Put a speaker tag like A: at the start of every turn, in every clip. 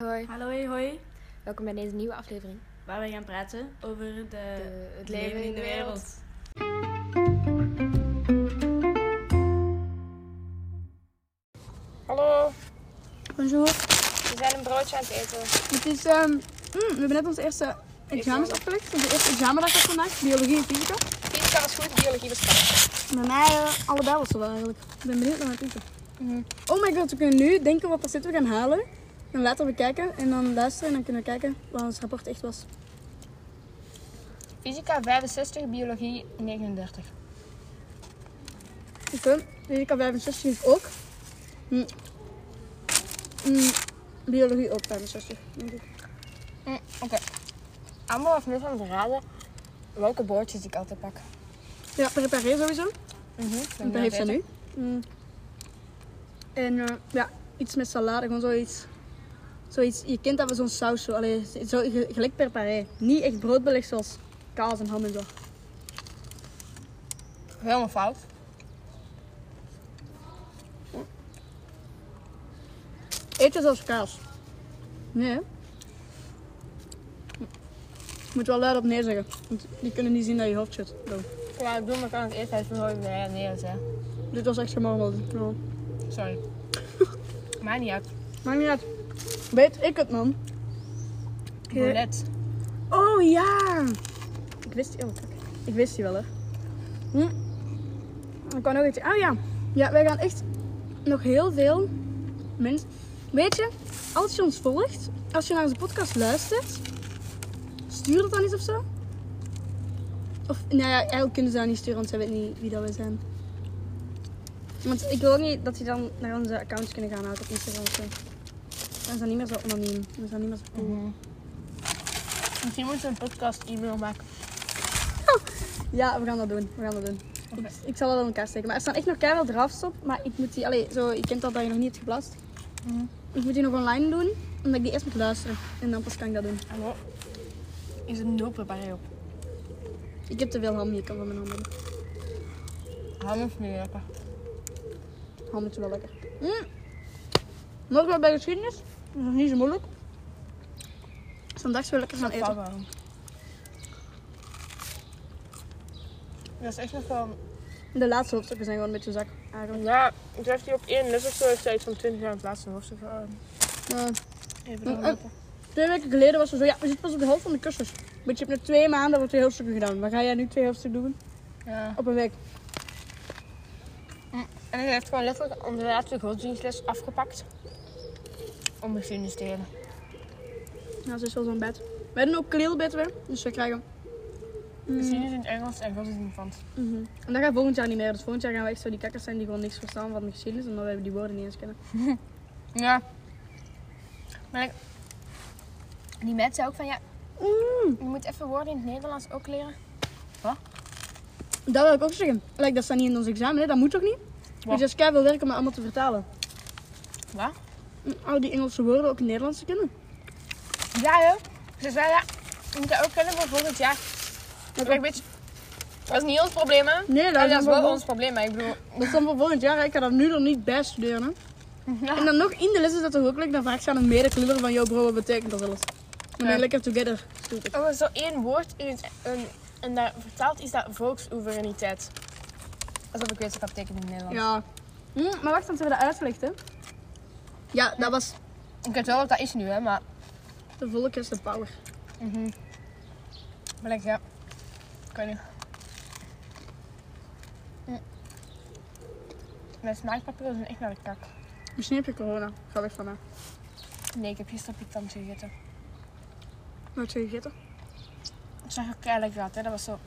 A: Hoi,
B: Hallo, hoi.
A: welkom bij deze nieuwe aflevering.
B: Waar wij gaan praten over de,
A: het leven in de wereld.
C: Hallo,
D: Bonjour.
C: we zijn een broodje aan het eten.
D: Het is, ehm, mm, we hebben net onze eerste examens afgelegd. Onze eerste examendag was vandaag, biologie en fysica.
C: Fysica was goed, biologie was slecht.
D: Bij mij allebei was het wel eigenlijk. Ik ben benieuwd naar het eten. Oh my god, we kunnen nu denken wat facet we gaan halen. En later bekijken en dan luisteren en dan kunnen we kijken wat ons rapport echt was.
C: Fysica 65, biologie 39.
D: Oké, fysica 65 is ook. Mm. Mm, biologie ook 65, denk ik.
C: Hm, Oké. Allemaal of net aan het raden welke boordjes ik altijd pak.
A: Mhm.
D: Ja, preparé sowieso.
C: Mm-hmm.
D: Dat heeft ze nu. Mm. En eh, ja, iets met salade, gewoon zoiets. zoiets je kent dat we zo'n saus, zo, allee, zo, ge- gelijk per paré. Niet echt broodbeleg zoals kaas en ham en zo.
C: Helemaal fout.
D: Eet het als kaas. Nee, hè? Je moet wel luid op nee zeggen, want die kunnen niet zien dat je hoofd zit. Zo.
C: Ja, ik doe maar aan het eten, hij is nooit meer neer, hè.
D: Dit was echt gemormeld. No.
C: Sorry. Maakt niet uit.
D: Maakt niet uit. Weet ik het, man. Je-
C: Bolet.
D: Oh ja! Ik wist die, oh, kak. ik wist die wel, hè. Hm. Dan kan ook iets. Ah ja. Ja, wij gaan echt nog heel veel mensen. Weet je, als je ons volgt, als je naar onze podcast luistert, stuur het dan eens of zo. Of, nou ja, eigenlijk kunnen ze dat niet sturen, want ze weten niet wie dat we zijn. Want ik wil ook niet dat ze dan naar onze accounts kunnen gaan, ook op Instagram of zo. Dan is dat niet meer zo anoniem. Dan is dat niet meer zo cool.
C: Hm. Misschien moeten we een podcast e-mail maken.
D: Ja, we gaan dat doen. We gaan dat doen. Ik, ik zal dat aan elkaar steken. Maar er staan echt nog keihard drafts op. Maar ik moet die... Allee, zo, je kent dat dat je nog niet hebt geplast. Ik moet die nog online doen. Omdat ik die eerst moet luisteren. En dan pas kan ik dat doen.
C: Hallo. Is er nul preparé op?
D: Ik heb te veel ham. Je kan van mijn handen doen.
C: Handen van nu lekker.
D: Ham is wel lekker. Mm. Nog wel bij geschiedenis. Dat is niet zo moeilijk. Zondags wil lekker gaan eten.
C: Papa. Dat is echt nog wel...
D: De laatste hoofdstukken zijn gewoon een beetje zak. Eigenlijk.
C: Ja, ik dacht die op één les of zo heeft zij iets van 20 jaar het laatste hoofdstuk. eh,
D: Ja.
C: Even
D: Mm,
C: doorlopen.
D: Twee weken geleden was er zo, ja, we zitten pas op de helft van de cursus. Want je hebt net twee maanden voor twee hoofdstukken gedaan. Maar ga jij nu twee hoofdstukken doen?
C: Ja.
D: Op een week.
C: En hij heeft gewoon letterlijk onze laatste godsdienstles afgepakt. Om geschiedenis te leren.
D: Ja, ze is wel zo'n bed. Wij doen ook kleel bed weer, dus we krijgen.
C: Geschiedenis in het Engels en godsdienst in het Frans.
D: En dat gaat volgend jaar niet meer. Dus volgend jaar gaan we echt zo die kakkers zijn die gewoon niks verstaan van de geschiedenis, omdat wij die woorden niet eens kennen.
C: Ja. Maar ik- die meid zei ook van ja, je moet even woorden in het Nederlands ook leren.
D: Dat wil ik ook zeggen. Like, dat staat niet in ons examen, hè? dat moet toch niet? Dus dat is keihard werken om dat allemaal te vertalen.
C: Wat?
D: En Al die Engelse woorden ook in het Nederlands te kennen.
C: Ja, hè? Ze zei ja, je moet dat ook kunnen voor volgend jaar.
D: Dat,
C: Maar ik weet, dat is niet ons probleem, hè?
D: Nee, dat
C: Ja, dat
D: is
C: is
D: niet
C: wel
D: voor
C: ons probleem, maar ik bedoel...
D: dat is dan voor volgend jaar, hè. ik ga dat nu nog niet bij studeren. Hè? En dan nog in de les is dat toch ook leuk, dan vraag ik ze aan een medeclubber van, yo bro, wat betekent dat alles? Dan ben
C: Ja.
D: je lekker together. Stupid.
C: Er was zo één woord in het... En, en daar vertaald is dat volksoevereniteit. Alsof ik weet wat dat betekent in het Nederlands.
D: Ja. Hm, maar wacht, dan ze hebben dat uitgelegd, hè? Ja, dat was
C: Ik weet wel wat dat is nu, hè, maar...
D: de volk is de power.
C: Maar like, ja... Ik weet niet. Hm. Mijn smaakpapillen zijn echt naar de kak.
D: Misschien heb je corona. Ga weg van mij.
C: Nee, ik heb gisteren pikantje gegeten.
D: Nooit zo gegeten.
C: Het zag ook kei lekker uit, hè. Dat was zo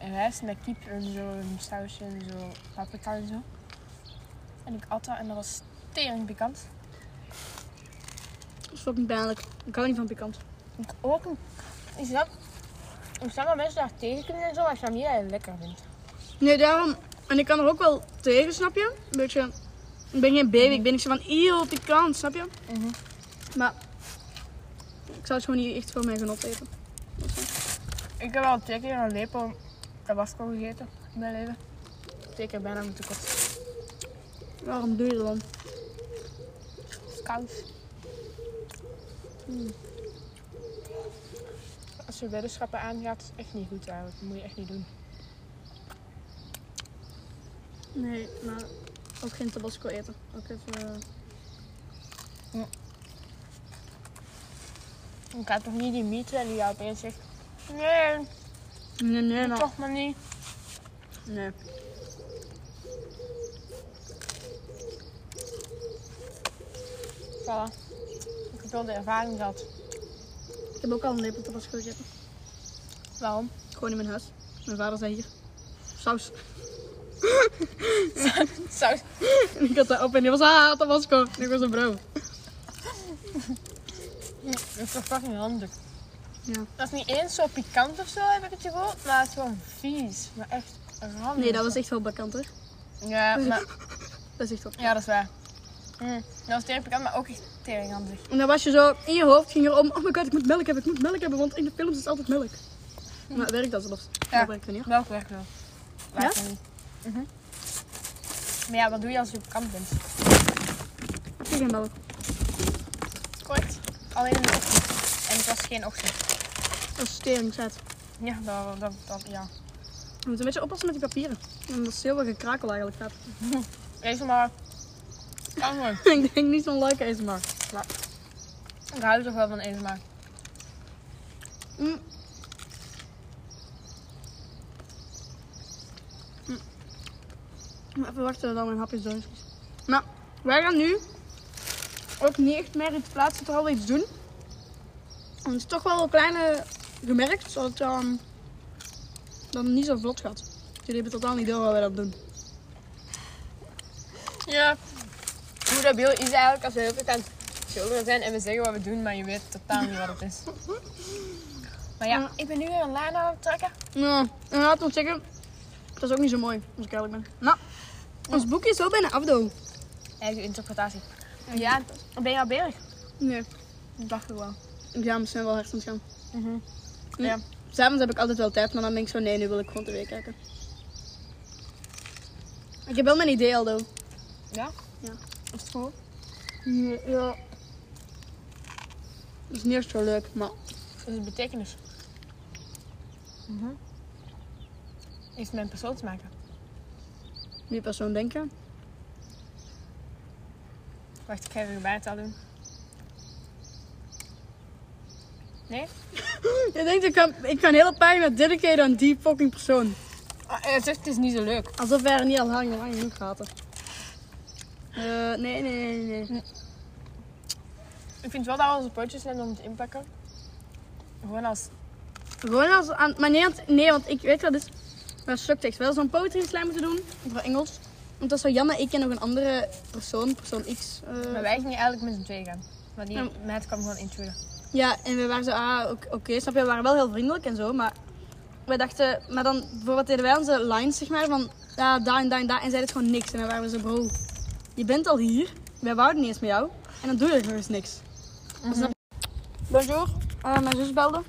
C: rijst met kip en zo, een sausje en zo, paprika en zo. En ik at dat en dat was tering pikant.
D: Dat is fucking pijnlijk. Ik hou niet van pikant.
C: Ik ook een... Ik snap... Ik snap dat mensen daar tegen kunnen en zo, maar ik snap niet dat je het lekker vindt.
D: Nee, daarom. En ik kan er ook wel tegen, snap je? Een beetje. Ik ben geen baby. Ik ben niet zo van heel pikant, snap je? Maar ik zou het gewoon niet echt voor mijn genot eten.
C: Ik heb al twee keer een lepel tabasco gegeten in mijn leven. Twee keer bijna moeten kosten.
D: Waarom doe je dat dan?
C: Het is koud. Hmm. Als je weddenschappen aangaat, is het echt niet goed eigenlijk. Dat moet je echt niet doen.
D: Nee, maar ook geen tabasco eten. Ook even... eh,
C: Ik had toch niet die mythe die jou opeens zegt... Nee,
D: Nee, nee,
C: doe
D: maar...
C: toch maar niet.
D: Oh. Nee.
C: Voilà. Ik heb wel de ervaring gehad.
D: Ik heb ook al een lepel tabasco gegeten.
C: Waarom?
D: Gewoon in mijn huis. Mijn vader zei hier. Saus.
C: Saus.
D: En ik had dat op en die was, ah, tabasco. En ik was een bro.
C: Dat is toch fucking handig.
D: Ja.
C: Dat is niet eens zo pikant of zo, heb ik het gevoel. Maar het is gewoon vies. Maar echt randig.
D: Nee, dat was echt wel bekant hoor.
C: Ja, maar...
D: Dat is echt wel.
C: Ja, dat is waar. Mm, dat was tering pikant, maar ook echt teringhandig.
D: En dan was je zo, in je hoofd ging je om, oh my god, ik moet melk hebben, ik moet melk hebben, want in de films is altijd melk. Maar werkt dat zelfs?
C: Ja.
D: Dat werkt er niet.
C: Welk werk wel?
D: Ja?
C: Laat me niet. Mhm. Maar ja, wat doe je als je op kamp bent?
D: Ik heb geen melk.
C: Kort. Alleen in de ochtend. En het was geen ochtend.
D: Dat is tering, zet.
C: Ja, dat, dat, dat ja.
D: Je moet een beetje oppassen met die papieren. En dat is heel wat gekrakel eigenlijk gaat.
C: Even maar. Kan gewoon.
D: ik denk niet zo'n like ASMR.
C: Ik hou toch wel van even maar.
D: Mm. Mm. Maar Even wachten dan mijn hapjes doen. Maar wij gaan nu ook niet echt meer iets plaatsen, toch wel iets doen. En het is toch wel een kleine gemerkt, zodat het ehm, dan niet zo vlot gaat. Jullie hebben totaal niet door wat wij dat doen.
C: Ja. Hoe dat beeld is eigenlijk als we heel veel aan het childeren zijn en we zeggen wat we doen, maar je weet totaal niet wat het is. Maar ja, Mm, ik ben nu weer een lijn aan het trekken.
D: Ja, en laten we ons zeggen, dat is ook niet zo mooi, als ik eerlijk ben. Nou, ons boekje is wel bijna af, though.
C: Eigen interpretatie. Ja, Mm. ben je al bezig?
D: Nee,
C: Dat dacht ik wel.
D: examens zijn wel hard aan het gaan.
C: Mhm.
D: Ja.
C: Ja.
D: S'avonds heb ik altijd wel tijd, maar dan denk ik zo, nee, nu wil ik gewoon tv kijken. Ik heb wel mijn idee al, though.
C: Ja?
D: Ja.
C: Is het goed?
D: Ja. Dat is niet echt zo leuk, maar...
C: Dat is betekenis. Heeft met mijn persoon te maken.
D: Die persoon denken.
C: Wacht, ik ga even bijtaal doen. Nee?
D: Je denkt, ik kan, ik kan een hele pagina dedicaten aan die fucking persoon.
C: Ah, eh, het, is, niet zo leuk.
D: Alsof wij er niet al lang, lang genoeg hadden. Eh, nee, nee, nee, nee. nee.
C: Ik vind wel dat we onze potjes nemen om het inpakken. Gewoon als...
D: Gewoon als aan... Maar nee, want, nee, want ik weet wat het is. Maar sukt echt wel zo'n poetry slam moeten doen. Voor Engels. Want dat is zo jammer. Ik en nog een andere persoon. Persoon X. eh,
C: Maar wij gingen eigenlijk met z'n tweeën gaan. Maar die
D: Ja.
C: meid kwam gewoon intunen.
D: Ja, en we waren zo, ah, ok- oké, snap je, we waren wel heel vriendelijk en zo, maar we dachten, maar dan bijvoorbeeld deden wij onze lines, zeg maar, van ja, daar en daar en daar, en zij deed gewoon niks. En dan waren we zo, bro, je bent al hier, wij wouden niet eens met jou, en dan doe je gewoon eens niks. Snap je? Bonjour, eh, mijn zus belde.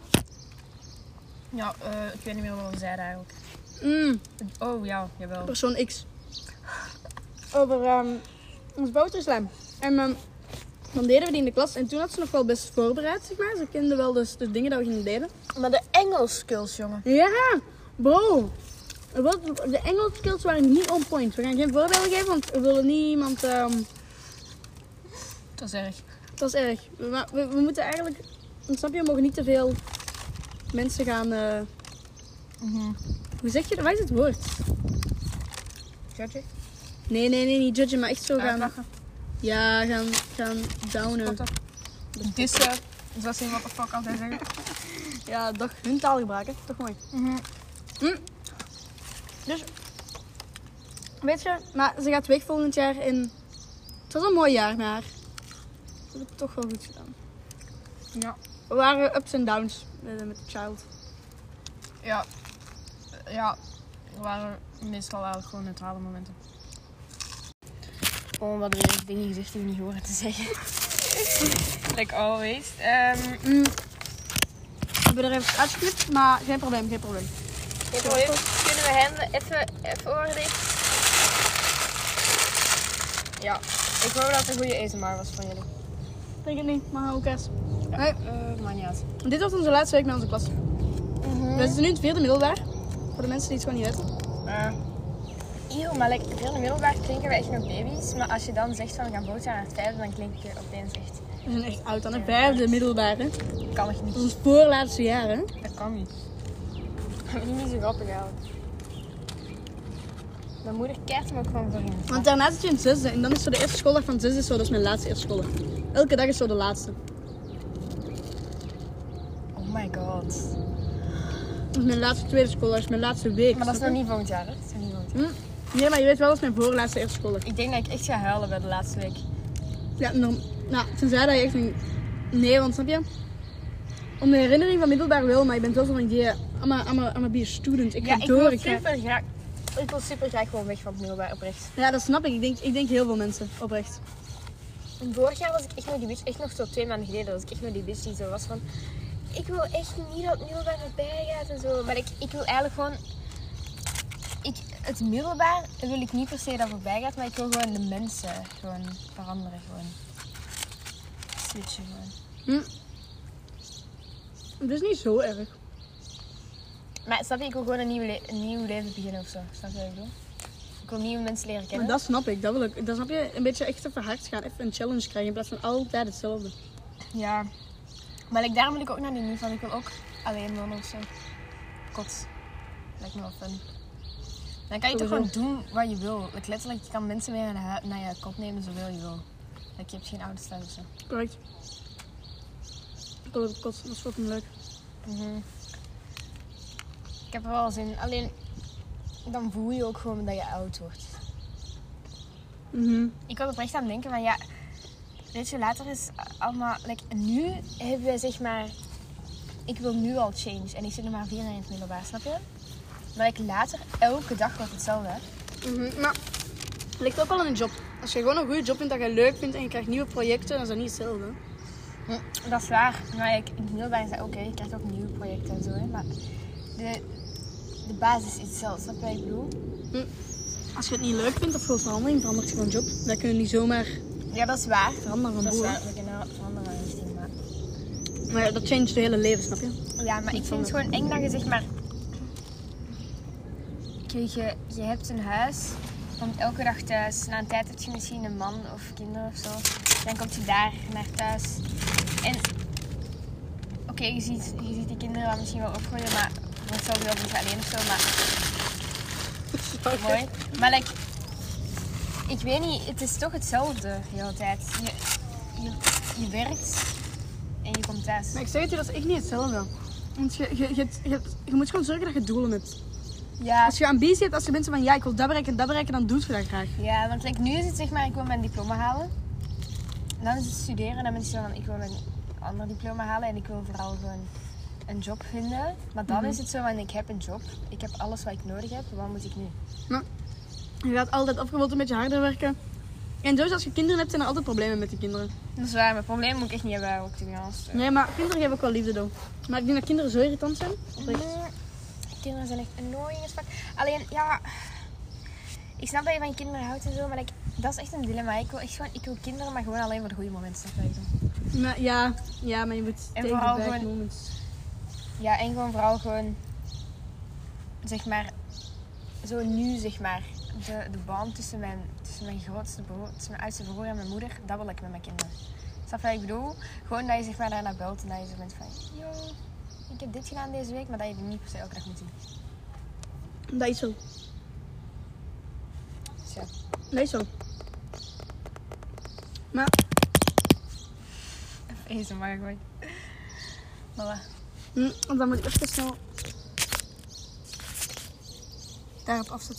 C: Ja, eh, ik weet niet meer wat we zeiden eigenlijk.
D: Mm,
C: Oh ja, jawel.
D: persoon X. Over ehm ons boterslam. En ehm, dan deden we die in de klas, en toen had ze nog wel best voorbereid, zeg maar. Ze kende wel dus de dingen dat we gingen delen.
C: Maar de Engels skills, jongen.
D: Ja, bro. Wat, de Engelse skills waren niet on point. We gaan geen voorbeelden geven, want we willen niemand... ehm
C: Dat is erg.
D: dat is erg. Maar we, we moeten eigenlijk... Snap je, we mogen niet te veel mensen gaan... eh, hoe zeg je dat? Wat is het woord?
C: Judge?
D: Nee, nee, nee, niet judgen, maar echt zo gaan...
C: Uitlachen.
D: Ja, gaan, gaan downen.
C: Spotten. Dissen. Dus dat is wat de fuck altijd zeggen.
D: Ja, toch hun taalgebruik, hè. Toch mooi. Mm. Dus, weet je, maar ze gaat weg volgend jaar in... Het was een mooi jaar, maar we hebben het toch wel goed gedaan.
C: Ja.
D: We waren ups en downs met, met de child.
C: Ja. Ja. Er waren meestal eigenlijk gewoon neutrale momenten. Gewoon wat weer dingen gezegd die we niet horen te zeggen. like always. Ehm
D: Mm. We hebben er even uitgeknipt, maar geen probleem, geen probleem.
C: geen probleem. Kunnen we hen even, even horen dit? Ja. Ik hoop dat het een goede ASMR was van jullie.
D: Denk het niet, maar ook eens.
E: Eh, maakt niet uit.
D: Dit was onze laatste week met onze klas. We zitten nu in het vierde middelbaar. Voor de mensen die het gewoon niet weten.
E: Eh,
C: Eeuw, maar like, veel in de middelbaar klinken we echt nog baby's. Maar als je dan zegt van we gaan voortaan naar het vijfde, dan klink je opeens echt...
D: We zijn echt oud aan het vijfde middelbaar. Hè. Dat
C: Kan echt
D: is
C: niet.
D: ons voorlaatste jaar. Hè.
E: dat kan niet.
C: Dat is niet zo grappig eigenlijk. Mijn moeder kijkt me ook gewoon voor hem.
D: Want daarna zit je in het zesde. En dan is zo de eerste schooldag van het zesde. Is zo, dat is mijn laatste eerste schooldag. Elke dag is zo de laatste.
C: Oh my god.
D: Dat is mijn laatste tweede schooldag. Dat is mijn laatste week.
C: Maar dat is nog
D: snap je?
C: niet volgend jaar, hè? Dat is nog niet volgend jaar.
D: Nee, maar je weet wel, dat is mijn voorlaatste eerste schooldag.
C: Ik denk dat ik echt ga huilen bij de laatste week.
D: Ja, norm- nou, tenzij dat je echt een... Nee, want snap je? Om de herinnering van middelbaar wel, maar je bent wel zo van, yeah, I'm a, I'm a- I'm a be a student. Ik ga
C: ik
D: door.
C: wil
D: Ik ga...
C: super graag... Ik wil super graag gewoon weg van het middelbaar, oprecht.
D: Ja, dat snap ik. Ik denk, ik denk heel veel mensen, oprecht.
C: En vorig jaar was ik echt nog die bitch, echt nog tot twee maanden geleden, was ik echt nog die bitch die zo was van... Ik wil echt niet dat het middelbaar voorbij gaat en zo. Maar ik, ik wil eigenlijk gewoon... Ik, het middelbaar wil ik niet per se dat voorbij gaat, maar ik wil gewoon de mensen gewoon veranderen. Gewoon. Switchen gewoon.
D: Het is niet zo erg.
C: Maar snap je, ik wil gewoon een nieuw, le- een nieuw leven beginnen of zo. Snap je wat ik bedoel? Ik wil nieuwe mensen leren
D: Maar
C: kennen.
D: dat snap ik, dat wil ik. Dat snap je, een beetje echt even hard gaan. Even een challenge krijgen in plaats van altijd hetzelfde.
C: Ja. Maar ik, daarom wil ik ook naar die nieuw van. Ik wil ook alleen wonen of zo. Kot. Lijkt me wel fun. Dan kan je toch gewoon
D: Sowieso.
C: doen wat je wil. Like, letterlijk, je kan mensen mee naar, hu- naar je kot nemen zoveel je wil. Like, je hebt geen ouders thuis of zo.
D: Correct. Ik wil het kost, dat is fucking leuk.
C: Ik heb er wel zin in. Alleen, dan voel je ook gewoon dat je oud wordt.
D: Mhm.
C: Ik was oprecht aan het denken van ja... Weet je, later is allemaal... Like, nu hebben wij zeg maar... Ik wil nu al change. En ik zit nog maar vier jaar in het middelbaar, snap je? Maar like, later, elke dag wordt hetzelfde. hè.
D: Mhm, Maar het ligt ook wel aan een job. Als je gewoon een goede job vindt dat je leuk vindt en je krijgt nieuwe projecten, dan is dat niet hetzelfde.
C: Hm, Dat is waar. Maar ik, in het middelbaar is dat ook, hè. je krijgt ook nieuwe projecten en zo. Hè. Maar de, de basis is hetzelfde, snap je wat ik bedoel?
D: Als je het niet leuk vindt of volgens een handeling verandert je van job. Dat kun je niet zomaar
C: Ja, dat is waar.
D: veranderen van
C: Dat is
D: boeren.
C: waar. We kunnen veranderen richting, maar...
D: Maar ja, dat change je hele leven, snap je?
C: Ja, maar ik vind het gewoon eng dat je zeg maar... Kijk, je, je hebt een huis, je komt elke dag thuis. Na een tijd heb je misschien een man of kinderen of zo. Dan kom je daar naar thuis. En oké, je, ziet, je ziet die kinderen wel misschien wel opgroeien, maar voor hetzelfde geld is het alleen of zo. Maar mooi. Maar like, ik weet niet, het is toch hetzelfde de hele tijd. Je, je, je werkt en je komt thuis.
D: Maar ik zeg het je, dat is echt niet hetzelfde. Want je, je, je, je, je moet gewoon zorgen dat je doelen hebt.
C: Ja,
D: Als je ambitie hebt, als je mensen van ja, ik wil dat bereiken en dat bereiken, dan doe je dat graag.
C: Ja, want like, nu is het zeg maar, ik wil mijn diploma halen. En dan is het studeren en dan ben je zo van, ik wil een ander diploma halen en ik wil vooral gewoon een job vinden. Maar dan is het zo van, ik heb een job, ik heb alles wat ik nodig heb, wat moet ik nu?
D: Je gaat altijd opgewonden een beetje harder werken. En dus als je kinderen hebt, zijn er altijd problemen met die kinderen.
C: Dat is waar, mijn probleem moet ik echt niet hebben ook, te
D: Nee, maar kinderen geven ook wel liefde, though. Maar ik denk dat kinderen zo irritant zijn. Oprecht.
C: Kinderen zijn echt annoying as fuck. Alleen, ja, ik snap dat je van kinderen houdt en zo, maar like, dat is echt een dilemma. Ik wil echt gewoon, ik wil kinderen, maar gewoon alleen voor de goede momenten. snap je wat ik bedoel?
D: Maar ja, ja, maar je moet tegen
C: vooral
D: de bad
C: gewoon-
D: moments.
C: Ja, en gewoon vooral gewoon, zeg maar, zo nu zeg maar, de, de band tussen mijn, tussen mijn grootste broer, tussen mijn oudste broer en mijn moeder, dat wil ik met mijn kinderen. Snap je wat ik bedoel? Gewoon dat je zeg maar daarna belt en dat je zo bent van, yo, ik heb dit gedaan deze week, maar dat je die niet per se elke dag moet doen.
D: Dat is zo.
C: Dus ja.
D: Dat is zo. Maar
C: Even zo maar gewoon. Voilà.
D: Hm, want dan moet ik even snel daarop afzetten.